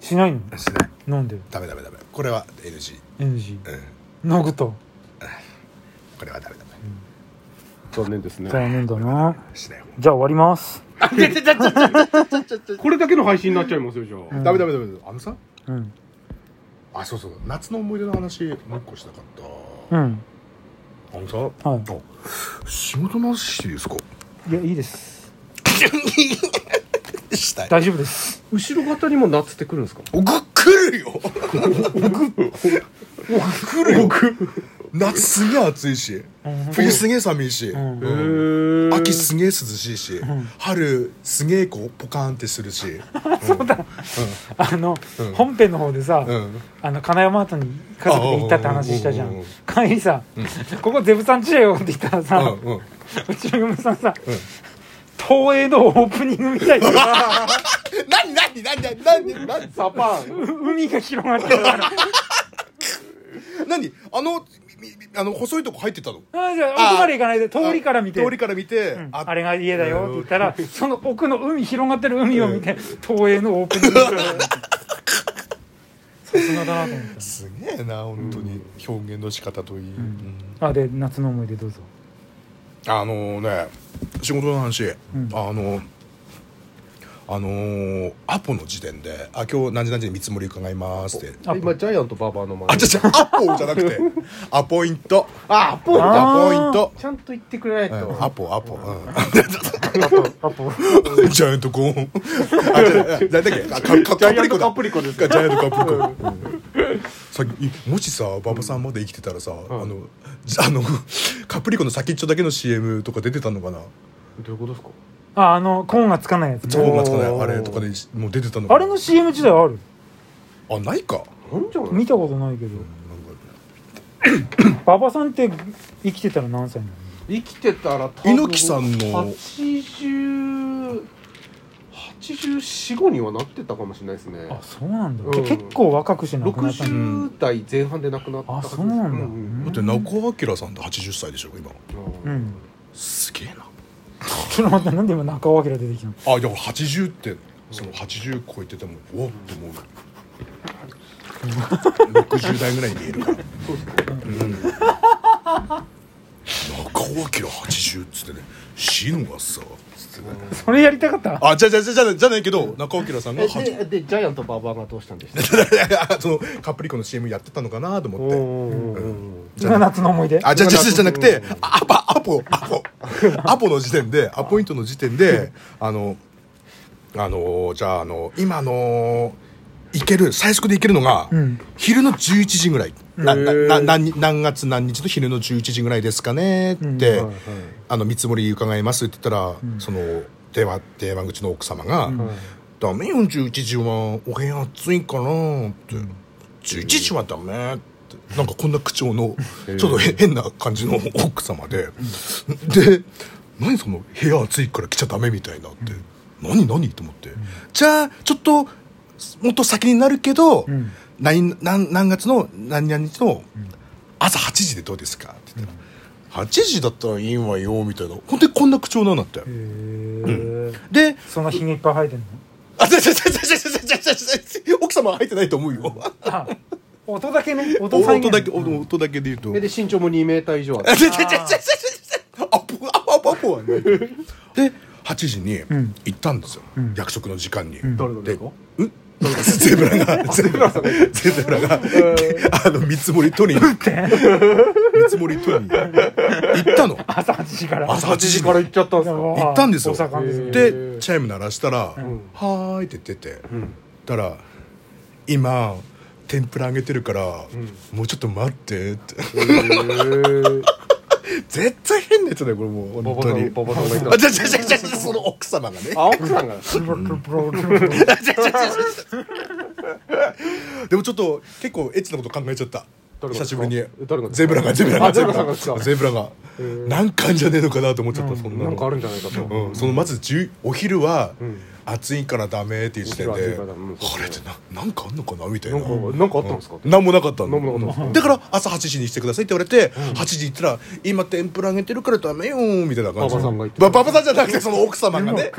しないのしないなんでダメダメダメこれは NG NG うんなぐとこれはダメダメ残念ですね残念だなしない方じゃあ終わりますあちょちょちょちょちょちょちょこれだけの配信になっちゃいますよじゃあ、んダメダメダメあのさうんあそうそう夏の思い出の話もう一個したかった、うんあのさ、はい仕事の話していいですか いやいいですしたい大丈夫です後ろ方にも夏ってくるんですかおく来るよ来るよ夏すげえ暑いしうん冬すげえ寒いし、んへえ秋すげえ涼しいし、春すげえこうポカーンってするし、そうだ、あのうん本編の方でさうん、 あの金山アートに家族で行ったって話したじゃあうんうんん帰りさ「ここゼブさんちだよ」って言ったらうさんうんうちの嫁さんさ東映のオープニングみたいな何何何何何何何サパン海が広がってるから何あのみみあの細いとこ入ってたのあじゃあ奥まで行かないで通りから見て通りから見て、うんあれが家だよって言ったらその奥の海広がってる海を見て東映のオープニングさすがだなと思っすげえな本当に表現の仕方といい、うんたあで夏の思い出どうぞあのね仕事の話、んあのあのーアポの時点で「あ今日何時何時に見積もり伺います」ってあ今ジャイアントババアの前あじゃじゃアポじゃなく てアポイントあアポンあだアポイントちゃんと言ってくれないと、うんアポアポ、うんアポ ジャイアントコーン。あ、じゃあ、じゃあ、だっけ、あカカジカャイプアリンコトだ。カプリコでジすかャイアントカプリコ。さっき、もしさ、馬場さんまで生きてたらさ、あの、じ あの、カプリコの先っちょだけの CM とか出てたのかな。どういうことですかああのコーンがつかないやつゾねーンがつかない、あれとかで、もう出てたのかあなれの CM 時代あるあ、ないか。なんじゃない見たことないけど 馬場さんって生きてたら何歳なの生きてたら猪木さんの80 845にはなってたかもしれないですねあそうなんだ、うんじゃあ結構若くして亡くなったのん60代前半で亡くなったはずですあそうなんだなんだって、中尾明さんって80歳でしょ、今。ううんんすげえな。ちょっと待ってなんで今中尾明出てきたのあ、いや、80って、その80超えてても、おっって思う。60代ぐらいに見えるから。そうですか中尾明80っつってね死ぬがさつってねそれやりたかったあじゃじゃじゃじゃじゃないけど中尾明さんがえ80ででジャイアントババアがどうしたんでした っそのカプリコの CM やってたのかなとけ思うってんうんうんそれが夏の思い出あじゃじゃじゃじゃなくてあアパアポアポアポの時点でアポイントの時点であのあのじゃああの今の行ける最速で行けるのが、うん昼の11時ぐらいなへなーな何何月何日の昼の11時ぐらいですかねって、うんはいはいあの見積もり伺いますって言ったら、その電話電話口の奥様が「ダメよ11時はお部屋暑いから」って「11時はダメ」ってなんかこんな口調のちょっへえとへ変な感じの奥様で、で何その部屋暑いから来ちゃダメみたいなって、何何と思って、じゃあちょっともっと先になるけど、ん何何何月の何々日の朝8時でどうですかって言ったら、8時だったらいいわよみたいな本当にこんな口調なんだって、へえ、でそんなひげいっぱい生えてんのあちゃちゃちゃちゃちゃちゃちゃちゃちゃ奥様は入ってないと思うよあ音だけね音再現音だけうん音音だけで言うとえで身長も2メーター以上あっあてちゃちゃちゃちゃちゃちゃアポアポアポアポはないで8時にん行ったんですよ、ん約束の時間に、誰ので猫うんゼブラがゼブラさんゼブラがあの見積もり取りに見積もり取りに行ったの朝8時から朝8時かにら行っちゃったんですか行行ったんですよ大阪ですねへでーチャイム鳴らしたら「はーい」って出てたら「今天ぷら揚げてるから、もうちょっと待って」 ってへえ絶対変なやつだよこれもうバ本バ当さにんババさんがいたあじゃじゃじゃじゃその奥様がねあ奥さんがでもちょっと結構エッチなこと考えちゃった誰が久しぶりに誰がゼブラがゼブラあがゼブラさんがですかゼブラがなんかあんじゃねえのかなと思っちゃったそんななんかのあるんじゃないかとうんそのまず10お昼はん暑いからダメっていう時点お昼では暑いからダメそうこれってななんかあんのかなみたいななんかなんかあったんですか何もなかったの何もなかったんでだすから朝8時にしてくださいって言われて8時行ったら「今天ぷら揚げてるからダメよ」みたいな感じ馬場さんが言ってば馬場さんじゃなくてその奥様がね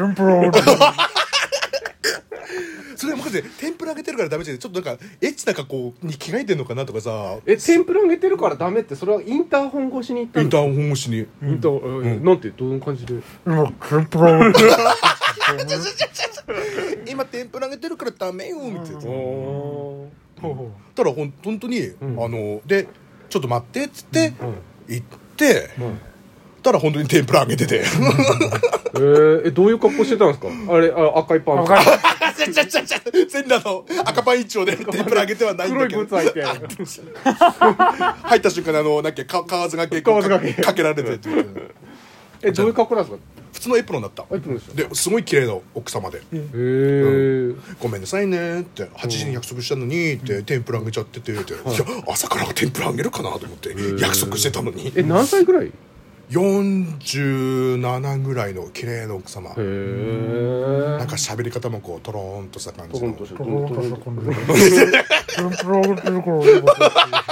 それはマジで天ぷら揚げてるからダメじゃないちょっとなんかエッチな格好に着替えてんのかなとかさえ、天ぷら揚げてるからダメって、それはインターホン越しに行ったインのターホン越しにインターホン、えなんて、どんな感じで。もう天ぷら「を今天ぷら揚げてるからダメよ」みたいな。おほうほたらほん本当に、んあのでちょっと待ってっつって、うん行って、たら本当に天ぷら揚げてて、えー、え、どういう格好してたんですかあれ、あ赤いパうンわかるちゃちゃちゃちゃ全裸の赤パン一丁で 天ぷら揚げてはないん黒だいけブどーツ 履いて。入った瞬間にあのなんかか革が結構革かがけかけられてっていうえ、どういう格好なんですか普通のエプロンだったエプロンでしょですごい綺麗な奥様でへー。 「ごめんなさいね」って「8時に約束したのに」って「天ぷら揚げちゃってて」って「いや朝から天ぷら揚げるかな」と思って約束してたのにえ、何歳ぐらいへ47ぐらいの綺麗な奥様ーなん。か喋り方もこうトローンとした感トじロのンとして、トトロロンンととししたて。感じだ天ぷら揚げてるから俺は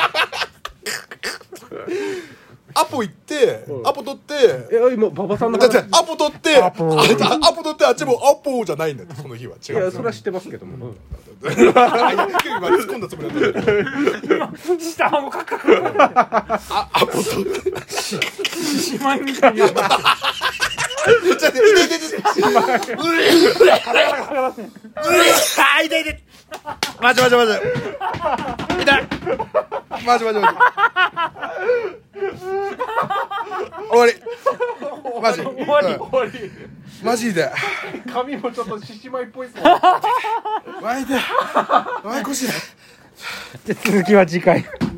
アポ行ってアポ取ってえ、今、馬場さんの だって話。アポ取ってあアポアポ取ってあっちもアポじゃないんだよその日は違いうや、それは知ってますけども。あ今突っ込んだつもりだった下もカクカク獅子舞みたいに言うなちょっと待って痛い痛い痛いあ痛い痛い待て待て待て痛い待て待て待て終わりマジ終わり終わりマジで髪もちょっと獅子舞っぽいっすもん。マジでマジ腰だ続きは次回